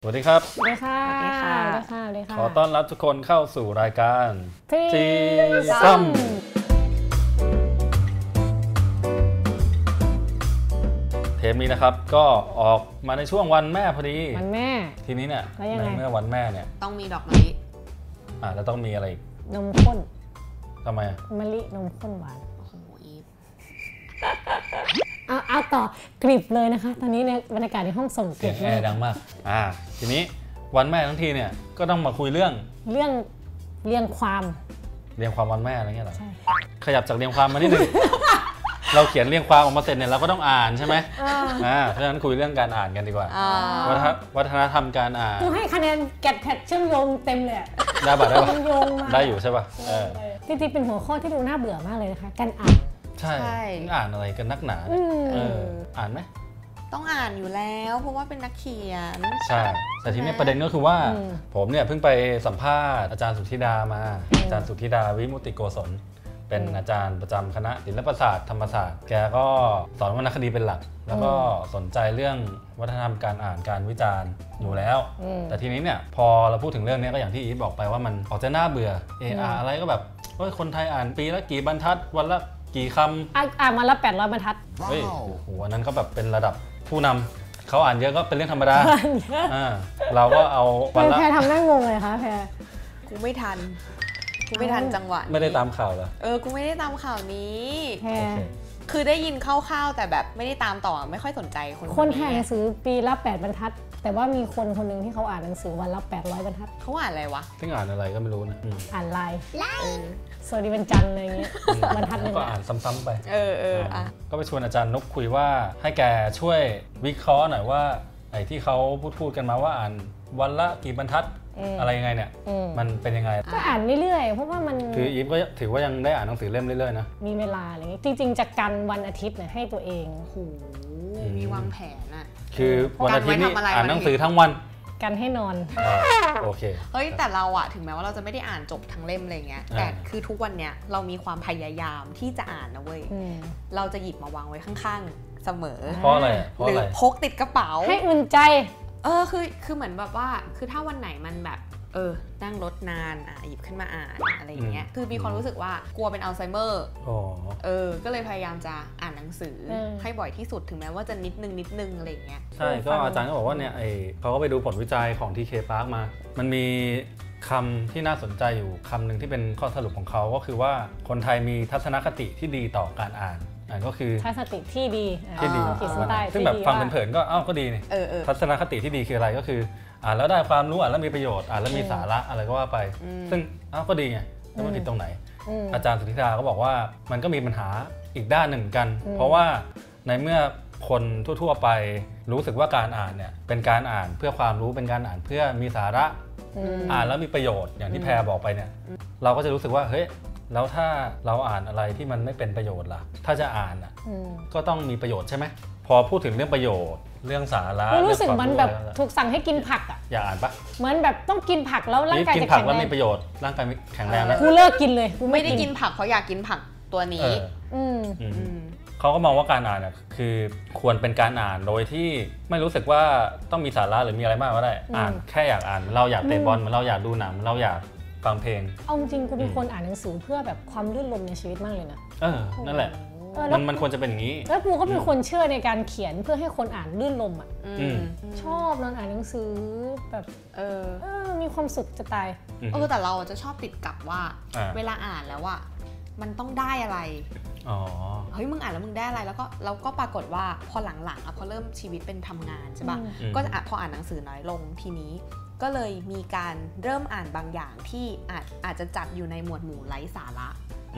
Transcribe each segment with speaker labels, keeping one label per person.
Speaker 1: สวัสดีครับ
Speaker 2: สวัสดีค่ะ
Speaker 3: สวัสดีค่ะ
Speaker 2: สวัสดีค่ะ
Speaker 1: ขอต้อนรับทุกคนเข้าสู่รายการ
Speaker 2: ที
Speaker 1: ซัมเทปนี้นะครับก็ออกมาในช่วงวันแม่พอดี
Speaker 2: มันแม่
Speaker 1: ทีนี้เนี่ย
Speaker 2: แล้วยัง
Speaker 1: ใน
Speaker 2: ไง
Speaker 1: เมื่อวันแม่เนี่ย
Speaker 3: ต้องมีดอกมะลิ
Speaker 1: อาจจะต้องมีอะไรอีก
Speaker 2: นมข้น
Speaker 1: ทำไมอะ
Speaker 2: มะลินมข้นหวาน
Speaker 3: โอ้โหอีฟ
Speaker 2: เอาเอาต่อกริบเลยนะคะ ตอนนี้ในบรรยากาศในห้องส่งก
Speaker 1: เสี
Speaker 2: ริ
Speaker 1: ยงแอ
Speaker 2: บมาก
Speaker 1: ร์ดังมากอ่าทีนี้วันแม่ทั้งทีเนี่ยก็ต้องมาคุยเรื่อง
Speaker 2: เรื่องเรียงความ
Speaker 1: เรียงความวันแม่อะไรเงี้ยเหรอ
Speaker 2: ใช่
Speaker 1: ขยับจากเรียงความมานิด หนึง เราเขียนเรียงความออกมาเสร็จเนี่ยเราก็ต้องอ่านใช่ไหมอ่าเพราะฉะนั้นคุยเรื่องการอ่านกันดีกว่า
Speaker 3: อ่า
Speaker 1: วัฒนวัฒนธรรมการอ่าน
Speaker 2: กูให้คะแนนแกดแพดเชื่อมโยงเต็มเลยอะ
Speaker 1: ได้ป่ะได้ป่ะ
Speaker 2: มันโยงมา
Speaker 1: ได้อยู่ใช่ป่ะเออ
Speaker 2: จริงๆเป็นหัวข้อที่ดูน่าเบื่อมากเลยนะคะการอ่าน
Speaker 1: ใช่มึงอ่านอะไรกันนักหนา
Speaker 2: อื
Speaker 1: เนี่ย
Speaker 2: ม
Speaker 1: เอออ่านไหม
Speaker 3: ต้องอ่านอยู่แล้ว เพราะว่าเป็นนักเขียน
Speaker 1: ใช่แต่ทีนี้ประเด็นก็คือว่า ผมเนี่ยเพิ่งไปสัมภาษณ์อาจารย์สุทธิดามา อาจารย์สุทธิดาวิมุตติโกศลเป็นอาจารย์ประจำคณะศิลปศาสตร์ธรรมศาสตร์ แกก็สอนวรรณคดีเป็นหลัก แล้วก็สนใจเรื่องวัฒนธรรมการอ่านการวิจารณ์อยู่แล้ว
Speaker 2: อืม
Speaker 1: แต่ทีนี้เนี่ยพอเราพูดถึงเรื่องเนี้ยก็อย่างที่อีทบอกไปว่ามันออกจะน่าเบื่อเอออ่านอะไรก็แบบเอ้ยคนไทยอ่านปีละกี่บรรทัดวันละกี่คำ
Speaker 2: อ่ะอ่านมาละ800บรรทัด
Speaker 1: เฮ้ยโอ้โหอันนั้นก็แบบเป็นระดับผู้นำเขาอ่านเยอะก็เป็นเรื่องธรรมดาอ่าเราก็เอาวันละ
Speaker 2: แพรทำหน้างงเลยค่ะแพร
Speaker 3: กูไม่ทัน กูไม่ทันจังหวะนี้
Speaker 1: ไม่ได้ตามข่าวเหรอ
Speaker 3: เออ กูไม่ได้ตามข่าวนี้
Speaker 2: แพร
Speaker 1: โอเค
Speaker 3: คือได้ยินคร่าวๆ แต่แบบไม่ได้ตามต่อ ไม่ค่อยสนใจคน
Speaker 2: คนแห่หนังสือปีละ8บรรทัด แต่ว่ามีคนคนหนึ่งที่เขาอ่านหนังสือวันละ800บรรทัด
Speaker 3: เขาอ่านอะไรวะ
Speaker 1: ซึ่งอ่านอะไรก็ไม่รู้นะอืม
Speaker 2: อ่านไลน์สวัสดีวันจันทร์อะไร อย่างเงี้ยบรรทัดห
Speaker 1: แล้ว
Speaker 2: นึ่ง
Speaker 1: ก็
Speaker 2: อะ
Speaker 1: อ่านซ้ำๆไป
Speaker 3: เออเอออ่ะ
Speaker 1: ก็ไปชวนอาจารย์นกคุยว่าให้แกช่วยวิเคราะห์หน่อยว่าไอ้ที่เขาพูดพูดๆกันมาว่าอ่านวันละกี่บรรทัดอะไรยังไงเนี่ย
Speaker 2: อืม
Speaker 1: มันเป็นยังไง
Speaker 2: ก็อ่านเรื่อยๆ เพราะว่ามัน
Speaker 1: คืออีฟก็ถือว่ายังได้อ่านหนังสือเล่มเรื่อยๆนะ
Speaker 2: มีเวลาอะไรเงี้ยจริงๆจะกันวันอาทิตย์เนี่ยให้ตัวเอง
Speaker 3: โอ้โห มีวางแผนอะ
Speaker 1: คือวันอาทิตย์นี่
Speaker 3: การไว้ทำอะไร
Speaker 1: อ่านหนังสือทั้งวัน
Speaker 2: กันให้นอน
Speaker 1: อ่าโอเค
Speaker 3: เฮ้ย แต่เราอะถึงแม้ว่าเราจะไม่ได้อ่านจบทั้งเล่มอะไรเงี้ย
Speaker 1: อ่า
Speaker 3: แต่คือทุกวันเนี้ยเรามีความพยายามที่จะอ่านนะเว้ย
Speaker 2: อืม
Speaker 3: เราจะหยิบมาวางไว้ข้างๆ เสมอ
Speaker 1: เพราะอะไรเพราะ
Speaker 3: หรื
Speaker 1: อะ
Speaker 3: อ
Speaker 1: ไร
Speaker 3: พกติดกระเป๋า
Speaker 2: ให้อุ่นใจ
Speaker 3: เออคือคือเหมือนแบบว่า คือถ้าวันไหนมันแบบ เออ นั่งรถนานอ่ะหยิบขึ้นมาอ่านอะไรอย่างเงี้ย
Speaker 1: อืม
Speaker 3: คือมีความรู้สึกว่ากลัวเป็นอัลไซเมอร์
Speaker 1: อ๋อ
Speaker 3: เออ ก็เลยพยายามจะอ่านหนังสือ
Speaker 2: เออ
Speaker 3: ให้บ่อยที่สุดถึงแม้ว่าจะนิดนึงนิดนึงอะไรอย่างเงี้ย
Speaker 1: ใช่ ก็อาจารย์ก็บอกว่าเนี่ยไอเขาก็ไปดูผลวิจัยของ TK Park มา มันมีคำที่น่าสนใจอยู่คำหนึ่งที่เป็นข้อสรุปของเขาก็คือว่าคนไทยมีทัศนคติที่ดีต่อการอ่านอ่านก็คือ
Speaker 2: ทัศนคติที่ดี
Speaker 1: ที่ดี
Speaker 2: อ่าขีดเส้นใต้
Speaker 1: ซึ่งแบบ
Speaker 2: ที่ดี
Speaker 1: ฟัง
Speaker 2: ว่า
Speaker 1: เผินๆก็อ้าวก็ดีนี่
Speaker 3: เออเออ
Speaker 1: ทัศนคติที่ดีคืออะไรก็คืออ่านแล้วได้ความรู้อ่านแล้วมีประโยชน์อ่านแล้วมี
Speaker 2: อืม
Speaker 1: สาระอะไรก็ว่าไป
Speaker 3: อืม
Speaker 1: ซึ่งอ้าวก็ดีไงแล้วมัน
Speaker 2: อืม
Speaker 1: ผิดตรงไหน
Speaker 2: อืม
Speaker 1: อาจารย์สุทธิดาก็บอกว่ามันก็มีปัญหาอีกด้านหนึ่งเหมือนกัน
Speaker 2: อืม
Speaker 1: เพราะว่าในเมื่อคนทั่ว ๆ ไปรู้สึกว่าการอ่านเนี่ยเป็นการอ่านเพื่อความรู้เป็นการอ่านเพื่อมีสาระ
Speaker 2: อืม
Speaker 1: อ่านแล้วมีประโยชน์อย่างที่
Speaker 3: อืม
Speaker 1: แพรบอกไปเนี่ยเราก็จะรู้สึกว่าเฮ้ยแล้วถ้าเราอ่านอะไรที่มันไม่เป็นประโยชน์ล่ะ ถ้าจะอ่านอ่ะ
Speaker 2: อืม
Speaker 1: ก็ต้องมีประโยชน์ใช่ไหมพอพูดถึงเรื่องประโยชน์ เรื่องสาระ
Speaker 2: รู้สึก
Speaker 1: เองค
Speaker 2: เห
Speaker 1: วา
Speaker 2: มันแบบ
Speaker 1: รู้อะไร
Speaker 2: ถูกสั่งให้กินผักอ่ะ
Speaker 1: อย่าอ่านปะ
Speaker 2: เหมือนแบบต้องกินผักแล้วร่างกาย
Speaker 1: กิ
Speaker 2: จะ
Speaker 1: ผั
Speaker 2: แข็ง
Speaker 1: แล้ว
Speaker 2: แร
Speaker 1: มี
Speaker 2: ง
Speaker 1: ประโยชน์ร่างกายมีแข็งแรงแล้ว
Speaker 2: กูเลิกกินเลยกู
Speaker 3: ไม่ได้กินผักเพราะอยากกินผักตัว
Speaker 1: เอ
Speaker 3: นี้
Speaker 1: อ
Speaker 2: อืม
Speaker 1: อืม
Speaker 3: อืม
Speaker 1: เขาก็มองว่าการอ่านน่ะคือควรเป็นการอ่านโดยที่ไม่รู้สึกว่าต้องมีสาระหรือมีอะไรมากก็ได้
Speaker 2: อืม
Speaker 1: อ่านแค่อยากอ่านเราอยากเตะบอลเราอยากดูหนังเราอยากฟังเพลง
Speaker 2: เอาจริงๆกูเป็นคนอ่านหนังสือเพื่อแบบความลื่นลมในชีวิตมากเลยนะ
Speaker 1: เออ นั่นแหละ
Speaker 2: เออแล้
Speaker 1: มั
Speaker 2: วน
Speaker 1: มันควรจะเป็นอย่างนี้
Speaker 2: แล้วกูก็เป็นคนเชื่อในการเขียนเพื่อให้คนอ่านลื่นลมอ่ะ
Speaker 3: อื
Speaker 1: อื
Speaker 3: ม
Speaker 1: ม
Speaker 2: ชอบนอนอ่านหนังสือแบบ
Speaker 3: เออ
Speaker 2: เออมีความสุขจะตาย
Speaker 1: อืม
Speaker 3: เออแต่เราอะจะชอบติดกับว่า
Speaker 1: อ่า
Speaker 3: เวลาอ่านแล้วอะมันต้องได้อะไร
Speaker 1: อ๋อ
Speaker 3: เฮ้ยมึงอ่านแล้วมึงได้อะไรแล้วก็เราก็ปรากฏว่าพอหลังๆอะพอเริ่มชีวิตเป็นทำงานใช่ปะ
Speaker 2: อืม
Speaker 1: อืม
Speaker 3: ก็จะอ่ะพออ่านหนังสือน้อยลงทีนี้ ก็เลยมีการเริ่มอ่านบางอย่างที่อาจอาจจะจัดอยู่ในหมวดหมู่ไร้สาระ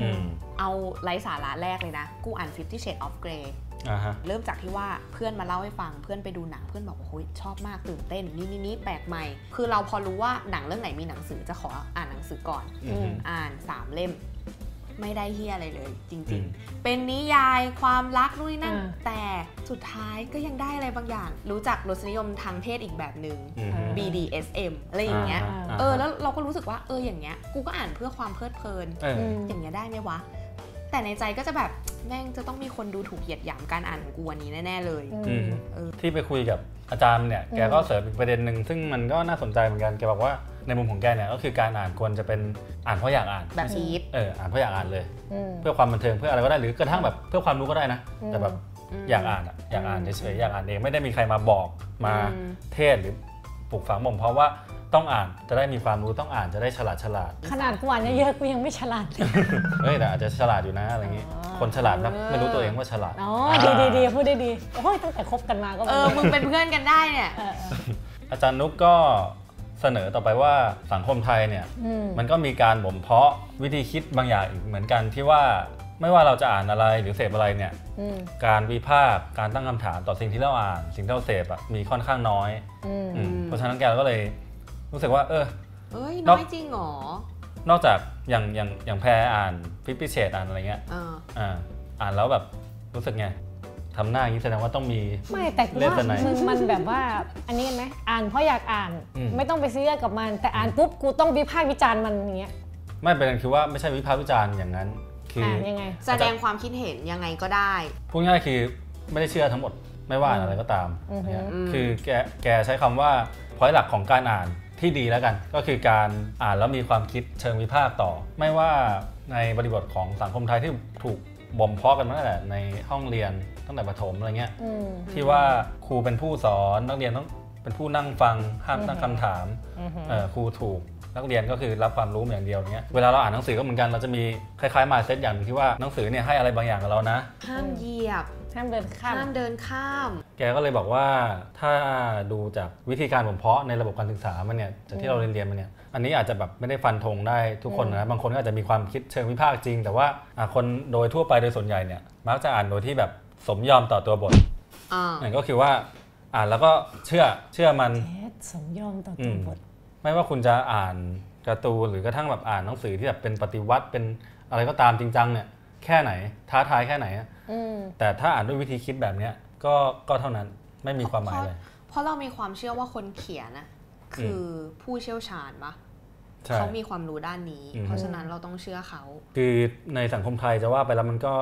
Speaker 1: อืม
Speaker 3: เอาไร้สาระแรกเลยนะ กูอ่าน Fifty Shades of Grey
Speaker 1: อ่าฮะ
Speaker 3: เริ่มจากที่ว่าเพื่อนมาเล่าให้ฟังเพื่อนไปดูหนังเพื่อนบอกว่าโอ้ยชอบมากตื่นเต้นนี่นี่นี่แปลกใหม่ คือเราพอรู้ว่าหนังเรื่องไหนมีหนังสือจะขออ่านหนังสือก่อน
Speaker 1: อืม
Speaker 3: อ่านสามเล่ม ไม่ได้เฮียอะไรเลย จ
Speaker 1: อื
Speaker 3: ริง
Speaker 1: ม
Speaker 3: ๆ เป็นนิยายความรักนู่นนนั่น
Speaker 2: อ่า
Speaker 3: แต่สุดท้ายก็ยังได้อะไรบางอย่าง รู้จักรสนิยมทางเพศอีกแบบหนึ
Speaker 1: อืม
Speaker 2: อ่า
Speaker 3: ่ง BDSM อะไรอย่างเงี้ย
Speaker 1: อ่าฮะ
Speaker 3: เออแล้วเราก็รู้สึกว่าเอออย่างเงี้ยกูก็อ่านเพื่อความเพลิดเพลิน
Speaker 1: เออ
Speaker 2: อื
Speaker 1: อ
Speaker 2: ม
Speaker 3: อย่างเงี้ยได้ไหมวะ แต่ในใจก็จะแบบแม่งจะต้องมีคนดูถูกเหยียดหยามการอ่านของกูอันนี้แน่ๆเลย
Speaker 2: อืม
Speaker 1: อืม
Speaker 3: เออ
Speaker 1: ที่ไปคุยกับอาจารย์เนี่ย
Speaker 2: อืม
Speaker 1: แกก็เสริมอีกประเด็นหนึ่งซึ่งมันก็น่าสนใจเหมือนกัน แกบอกว่าในมุมของแกเนี่ยก็คือการอ่านควรจะเป็นอ่านเพราะอยากอ่าน
Speaker 3: แบบชีฟ
Speaker 1: เออ อ่านเพราะอยากอ่านเลย
Speaker 2: อืม
Speaker 1: เพื่อความบันเทิงเพื่ออะไรก็ได้หรือกระทั่งแบบเพื่อความรู้ก็ได้นะ
Speaker 2: อืม
Speaker 1: แต่แบบ
Speaker 3: อืม
Speaker 1: อยากอ่านอะอยากอ่านเฉยๆอยากอ่านเองไม่ได้มีใครมาบอกมา
Speaker 3: อืม
Speaker 1: เทศหรือปลูกฝังบ่มเพราะว่าต้องอ่านจะได้มีความรู้ต้องอ่านจะได้ฉลาดฉลาด
Speaker 2: ขนาดกูอ่านเยอะๆกูยังไม่ฉลาดเลย
Speaker 1: เฮ้ยแต่อาจจะฉลาดอยู่นะอะไรอย่างงี้
Speaker 2: อ๋อ
Speaker 1: คนฉลาดมักไม่รู้ตัวเองว่าฉลาด
Speaker 2: อ๋อดี
Speaker 1: อ่า
Speaker 2: ดีดีพูดได้ดีโอ้ยตั้งแต่คบกันมาก็
Speaker 3: เอ
Speaker 2: แบบ
Speaker 3: อ มึงเป็นเพื่อนกันได้เนี่ย
Speaker 2: เออเออ
Speaker 1: อาจารย์นุกก็เสนอต่อไปว่าสังคมไทยเนี่ย
Speaker 2: อืม
Speaker 1: มันก็มีการบ่มเพาะวิธีคิดบางอย่างอีกเหมือนกันที่ว่าไม่ว่าเราจะอ่านอะไรหรือเสพอะไรเนี่ย
Speaker 2: อืม
Speaker 1: การวิพากษ์การตั้งคำถามต่อสิ่งที่เราอ่าน สิ่งที่เราเสพอะมีค่อนข้างน้อย
Speaker 2: อืม
Speaker 1: อืมเพราะฉะนั้นแกก็เลยรู้สึกว่า เออ
Speaker 3: เอ้ย
Speaker 1: น
Speaker 3: น้
Speaker 1: อก
Speaker 3: อยจริงเหรอน
Speaker 1: อกจากอย่างอย่างอย่างแพรอ่านฟิปปี้เชดอ่านอะไรเงี้ย
Speaker 3: เออ
Speaker 1: อ่าอ่านแล้วแบบรู้สึกไงทำหน้าอย่างนี้แสดงว่าต้องมี
Speaker 2: ไม่แต่กู
Speaker 1: เลือก
Speaker 2: ว่า
Speaker 1: แต่ไหน
Speaker 2: มันมันแบบว่า อันนี้เห็นไหมอ่านเพราะอยากอ่าน
Speaker 1: อืม
Speaker 2: ไม่ต้องไปซีเรียสกับมัน แต่อ่านปุ๊บกูต้องวิพากษ์วิจารณ์มันอย่างเงี้ย
Speaker 1: ไม่ประเด็นคือว่าไม่ใช่วิพากษ์วิจารณ์อย่างนั้น คืออ
Speaker 2: อ่านยังไง
Speaker 3: แสดงความคิดเห็นยังไงก็ได้
Speaker 1: พูดง่ายๆคือไม่ได้เชื่อทั้งหมดไม่ว่าอ่านอะไรก็ตาม
Speaker 2: อือฮึ
Speaker 1: เนี่ย
Speaker 3: อืม
Speaker 1: คือแกแกใช้คำว่าพอยหลักของการอ่านที่ดีแล้วกัน ก็คือการอ่านแล้วมีความคิดเชิงวิพากษ์ต่อ ไม่ว่าในบริบทของสังคมไทยที่ถูกบ่มเพาะกันมาตั้งแต่ในห้องเรียนตั้งแต่ประถมอะไรเงี้ย
Speaker 2: อืม
Speaker 1: ที่ว่าครูเป็นผู้สอนนักเรียนต้องเป็นผู้นั่งฟังห้าม
Speaker 2: อือฮึ
Speaker 1: ตั้งคำถาม
Speaker 2: อืม
Speaker 1: เอ่อครูถูกนักเรียนก็คือรับความรู้มาอย่างเดียวเนี้ยเวลาเราอ่านหนังสือก็เหมือนกันเราจะมีคล้ายๆมาเซตอย่างหนึ่งที่ว่าหนังสือเนี่ยให้อะไรบางอย่างกับเรานะ
Speaker 3: ห้ามเหยียบ
Speaker 2: ห้ามเดินข้าม
Speaker 3: ห้ามเดินข้าม
Speaker 1: แกก็เลยบอกว่าถ้าดูจากวิธีการบ่มเพาะในระบบการศึกษามันเนี่ยจากที่เราเรียนเรียนมาเนี่ยอันนี้อาจจะแบบไม่ได้ฟันธงได้ทุกคนนะบางคนก็อาจจะมีความคิดเชิงวิพากษ์จริง แต่ว่าอ่ะคนโดยทั่วไปโดยส่วนใหญ่เนี่ยมักจะอ่านโดยที่แบบสมยอมต่อตัวบท
Speaker 3: อ่า
Speaker 1: นั่นก็คือว่าอ่านแล้วก็เชื่อเชื่อมัน
Speaker 2: เอ๊ะสมยอมต่อตัวบท
Speaker 1: ไม่ว่าคุณจะอ่านการ์ตูนหรือกระทั่งแบบอ่านหนังสือที่แบบเป็นปฏิวัติเป็นอะไรก็ตามจริงจังเนี่ยแค่ไหนท้าทายแค่ไหนอะ
Speaker 2: อืม
Speaker 1: แต่ถ้าอ่านด้วยวิธีคิดแบบเนี้ยก็ก็เท่านั้นไม่มีความหมายเลย
Speaker 3: เพราะเรามีความเชื่อว่าคนเขียนนะคืออผู้เชี่ยวชาญปะ
Speaker 1: ใช่
Speaker 3: เขามีความรู้ด้านนี้
Speaker 1: อืม
Speaker 3: เพราะฉะนั้นเราต้องเชื่อเขา
Speaker 1: คือในสังคมไทยจะว่าไปแล้วมันก็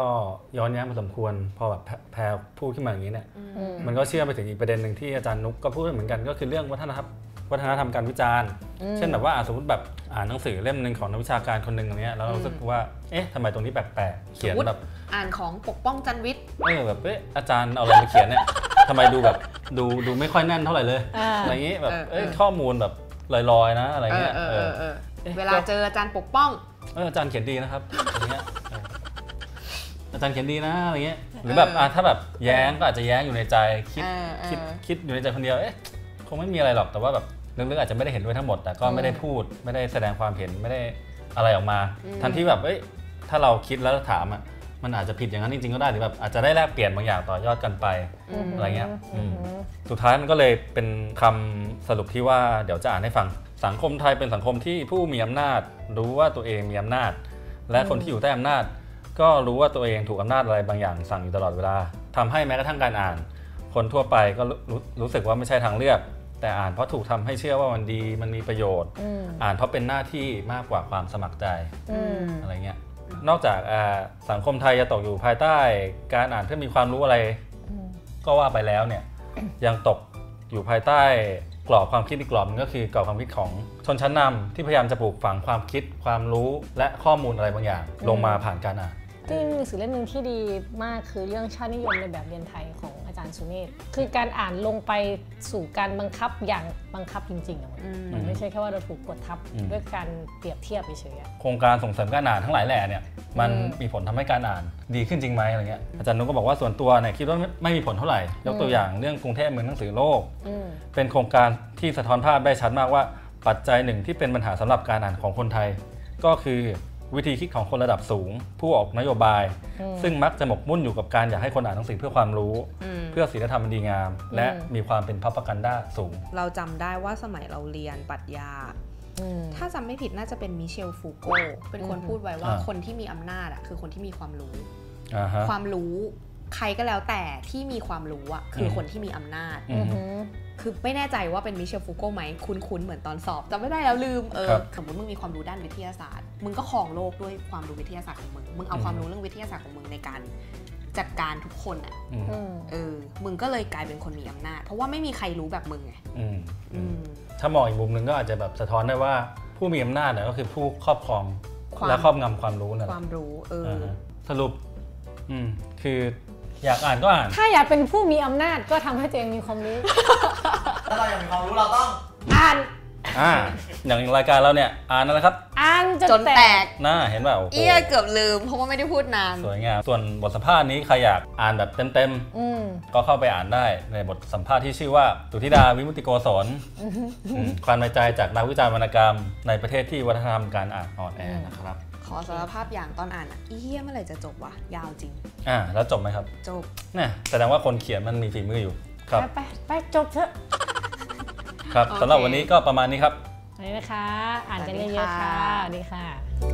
Speaker 1: ย้อนแย้งพอสมควร พอแบบแพแพรพูดขึ้นมาอย่างนี้เนี่ย
Speaker 2: อืม
Speaker 1: มันก็เชื่อมไปถึงอีกประเด็นหนึ่งที่อาจารย์นุกก็พูดเหมือนกันก็คือเรื่องวัฒนธรรมวัฒนธรรมการวิจารณ์
Speaker 2: อืม
Speaker 1: เช่นแบบว่าอ่ะสมมติแบบอ่านหนังสือเล่มหนึ่งของนักวิชาการคนหนึ่งอย่างเงี้ยแล้วเรารู้สึกว่าเอ๊ะทำไมตรงนี้แปลกๆเขียน
Speaker 3: สมมุติ
Speaker 1: แบบ
Speaker 3: อ่านของปกป้องจันวิทย์
Speaker 1: เออแบบเอ๊ะอาจารย์เอาอะไรมาเขียนเนี่ย ทำไมดูแบบดูดูไม่ค่อยแน่นเท่าไหร่เลย
Speaker 2: อ่า
Speaker 1: อะไรอย่างงี้แบบเอ้ยข้อมูลแบบลอยๆนะอะไร
Speaker 3: เออ
Speaker 1: เงี้ย
Speaker 3: เออ
Speaker 1: เอ
Speaker 3: เอ
Speaker 1: อ
Speaker 3: อเออ
Speaker 1: เอ๊ะ
Speaker 3: เวลาเจออาจารย์ปกป้อง
Speaker 1: เอออาจารย์เขียนดีนะครับอย่างเงี้ยเอออาจารย์เขียนดีนะอะไรเงี้ยหรือแบบอ่ะถ้าแบบแย้งก็อาจจะแย้งอยู่ในใจคิด
Speaker 3: เออเออ
Speaker 1: คิดคิดอยู่ในใจคนเดียวเอ๊ะคงไม่มีอะไรหรอกแต่ว่าแบบลึกๆอาจจะไม่ได้เห็นด้วยทั้งหมด แต่ก็ไม่ได้พูดไม่ได้แสดงความเห็นไม่ได้อะไรออกมา ทันที่แบบเอ้ยถ้าเราคิดแล้วถามอ่ะมันอาจจะผิดอย่างนั้นจริงๆก็ได้หรือแบบอาจจะได้แลกเปลี่ยนบางอย่างต่อยอดกันไป
Speaker 2: ม
Speaker 1: อะไรเงี้ยอืม
Speaker 2: อืม
Speaker 1: สุดท้ายมันก็เลยเป็นคำสรุปที่ว่าเดี๋ยวจะอ่านให้ฟัง สังคมไทยเป็นสังคมที่ผู้มีอำนาจ รู้ว่าตัวเองมีอำนาจ และคนที่อยู่ใต้อำนาจ ก็รู้ว่าตัวเองถูกอำนาจอะไรบางอย่างสั่งอยู่ตลอดเวลาทำให้แม้กระทั่งการอ่าน คนทั่วไปก็รู้รู้รู้สึกว่าไม่ใช่ทางเลือก แต่อ่านเพราะถูกทำให้เชื่อว่ามันดีมันมีประโยชน์
Speaker 2: อืม
Speaker 1: อ่านเพราะเป็นหน้าที่มากกว่าความสมัครใจ
Speaker 2: อืม
Speaker 1: อะไรเงี้ย นอกจากอ่าสังคมไทยจะตกอยู่ภายใต้ การอ่านเพื่อมีความรู้อะไร
Speaker 2: อืม
Speaker 1: ก็ว่าไปแล้วเนี่ย ยังตกอยู่ภายใต้กรอบความคิดอีกกรอบหนึงก็คือกรอบความคิดของชนชั้นนำที่พยายามจะปลูกฝังความคิดความรู้และข้อมูลอะไรบางอย่าง ลงมาผ่านการอ่าน
Speaker 2: ที่มีหนังสือเล่มหนึ่งที่ดีมากคือเรื่องชาตินิยมในแบบเรียนไทยของอาจารย์สุเมธคือการอ่านลงไปสู่การบังคับอย่างบังคับจริงๆอะ
Speaker 3: อืม
Speaker 2: มันไม่ใช่แค่ว่าเราถูกกดทับ
Speaker 1: อืม
Speaker 2: ด้วยการเปรียบเทียบเฉยๆอะ
Speaker 1: โครงการส่งเสริมการอ่านทั้งหลายแหล่เนี่ยมัน
Speaker 2: อืม
Speaker 1: มีผลทำให้การอ่านดีขึ้นจริงไหมอะไรเงี้ยอาจารย์นุกก็บอกว่าส่วนตัวเนี่ยคิดว่าไม่ไม่มีผลเท่าไหร่ยกตั
Speaker 2: อื
Speaker 1: ว
Speaker 2: ม
Speaker 1: อย่างเรื่องกรุงเทพเมืองหนังสือโลก
Speaker 2: อืม
Speaker 1: เป็นโครงการที่สะท้อนภาพได้ชัดมากว่า ปัจจัยหนึ่งที่เป็นปัญหาสำหรับการอ่านของคนไทย ก็คือวิธีคิดของคนระดับสูง ผู้ออกนโยบาย
Speaker 2: อืม
Speaker 1: ซึ่งมักจะหมกมุ่นอยู่กับการอยากให้คนอ่านหนังสือเพื่อความรู้
Speaker 3: อืม
Speaker 1: เพื่อศีลธรรมอันดีงาม และ
Speaker 2: อืม
Speaker 1: มีความเป็นพับประกันด้าสูง
Speaker 3: เราจำได้ว่าสมัยเราเรียนปรัชญา
Speaker 2: อืม
Speaker 3: ถ้าจำไม่ผิดน่าจะเป็นมิเชลฟูโกเป็นคน
Speaker 2: อืม
Speaker 3: พูดไว้ว่า
Speaker 1: อ่า
Speaker 3: คนที่มีอำนาจอะคือคนที่มีความรู้
Speaker 1: อ่าฮะ
Speaker 3: ความรู้ ใครก็แล้วแต่ที่มีความรู้อะคืออ
Speaker 1: ม
Speaker 3: คนที่มีอำนาจ
Speaker 1: อืม
Speaker 2: อืม
Speaker 3: คือไม่แน่ใจว่าเป็นมิเชลฟูโก้ไหมคุ้นๆเหมือนตอนสอบจำไม่ได้แล้วลืมเออ
Speaker 1: ครับ
Speaker 3: สมมติมึงมีความรู้ด้านวิทยาศาสตร์ มึงก็ครองโลกด้วยความรู้วิทยาศาสตร์ของมึง มึงเอา
Speaker 1: อืม
Speaker 3: ความรู้เรื่องวิทยาศาสตร์ของมึงในการจัดการทุกคนอ่ะ
Speaker 1: อืม
Speaker 2: อืม
Speaker 3: เออมึงก็เลยกลายเป็นคนมีอำนาจ เพราะว่าไม่มีใครรู้แบบมึงไง
Speaker 1: อืมอื
Speaker 3: อื
Speaker 1: ม
Speaker 3: ม
Speaker 1: ถ้ามองอีกมุมหนึ่งก็อาจจะแบบสะท้อนได้ว่าผู้มีอำนาจเนี่ยก็คือผู้ครอบครอง
Speaker 3: ความ
Speaker 1: และครอบงำความรู้นั่น
Speaker 3: ค
Speaker 1: แห
Speaker 3: วา
Speaker 1: ละ
Speaker 3: มรู้เออ
Speaker 1: อ่า
Speaker 3: อ
Speaker 1: ฮะสรุป อืม คืออยากอ่านก็อ่าน
Speaker 2: ถ้าอยากเป็นผู้มีอำนาจก็ทำให้ตัวเองมีความรู้
Speaker 4: ถ้าเราอยากมีความรู้เราต้อง
Speaker 2: อ่าน
Speaker 1: อ่า อย่างรายการเราเนี่ย อ่านนั่นแหละครับ
Speaker 2: อ่านจน
Speaker 3: จน
Speaker 2: แต
Speaker 3: แต
Speaker 2: ก
Speaker 3: ก
Speaker 1: หน้าเห็นเปล่าโอ้โห
Speaker 3: เอี้ยเกือบลืม เพราะว่าไม่ได้พูดนาน
Speaker 1: สวยงาม ส่วนบทสัมภาษณ์นี้ใครอยากอ่านแบบเต็ม
Speaker 2: อืม
Speaker 1: ๆ ก็เข้าไปอ่านได้ในบทสัมภาษณ์ที่ชื่อว่าสุธิดาวิมุตติโกศ ลอืมความในใจจากนักวิจารณ์วรรณกรรม ในประเทศที่วัฒนธรรมการอ่านอ่อนแอนะครับ
Speaker 3: ขอสารภาพอย่างตอนอ่านอ่ะเอี้ยเมื่อไหร่จะจบวะยาวจริง
Speaker 1: อ่า แล้วจบไหมครับ
Speaker 3: จบ
Speaker 1: เนี่ยแสดงว่าคนเขียนมันมีฝีมืออยู่ครับ
Speaker 2: ไปไปไปจบเถอะ
Speaker 1: ครับ
Speaker 3: โอเค
Speaker 1: สำหรับวันนี้ก็ประมาณนี้ครับ
Speaker 2: อันนี้นะคะ อ่านกันเย
Speaker 3: สวัสดี
Speaker 2: อะๆ
Speaker 3: ค่ะ
Speaker 2: ค่ะสวัสดีค่ะ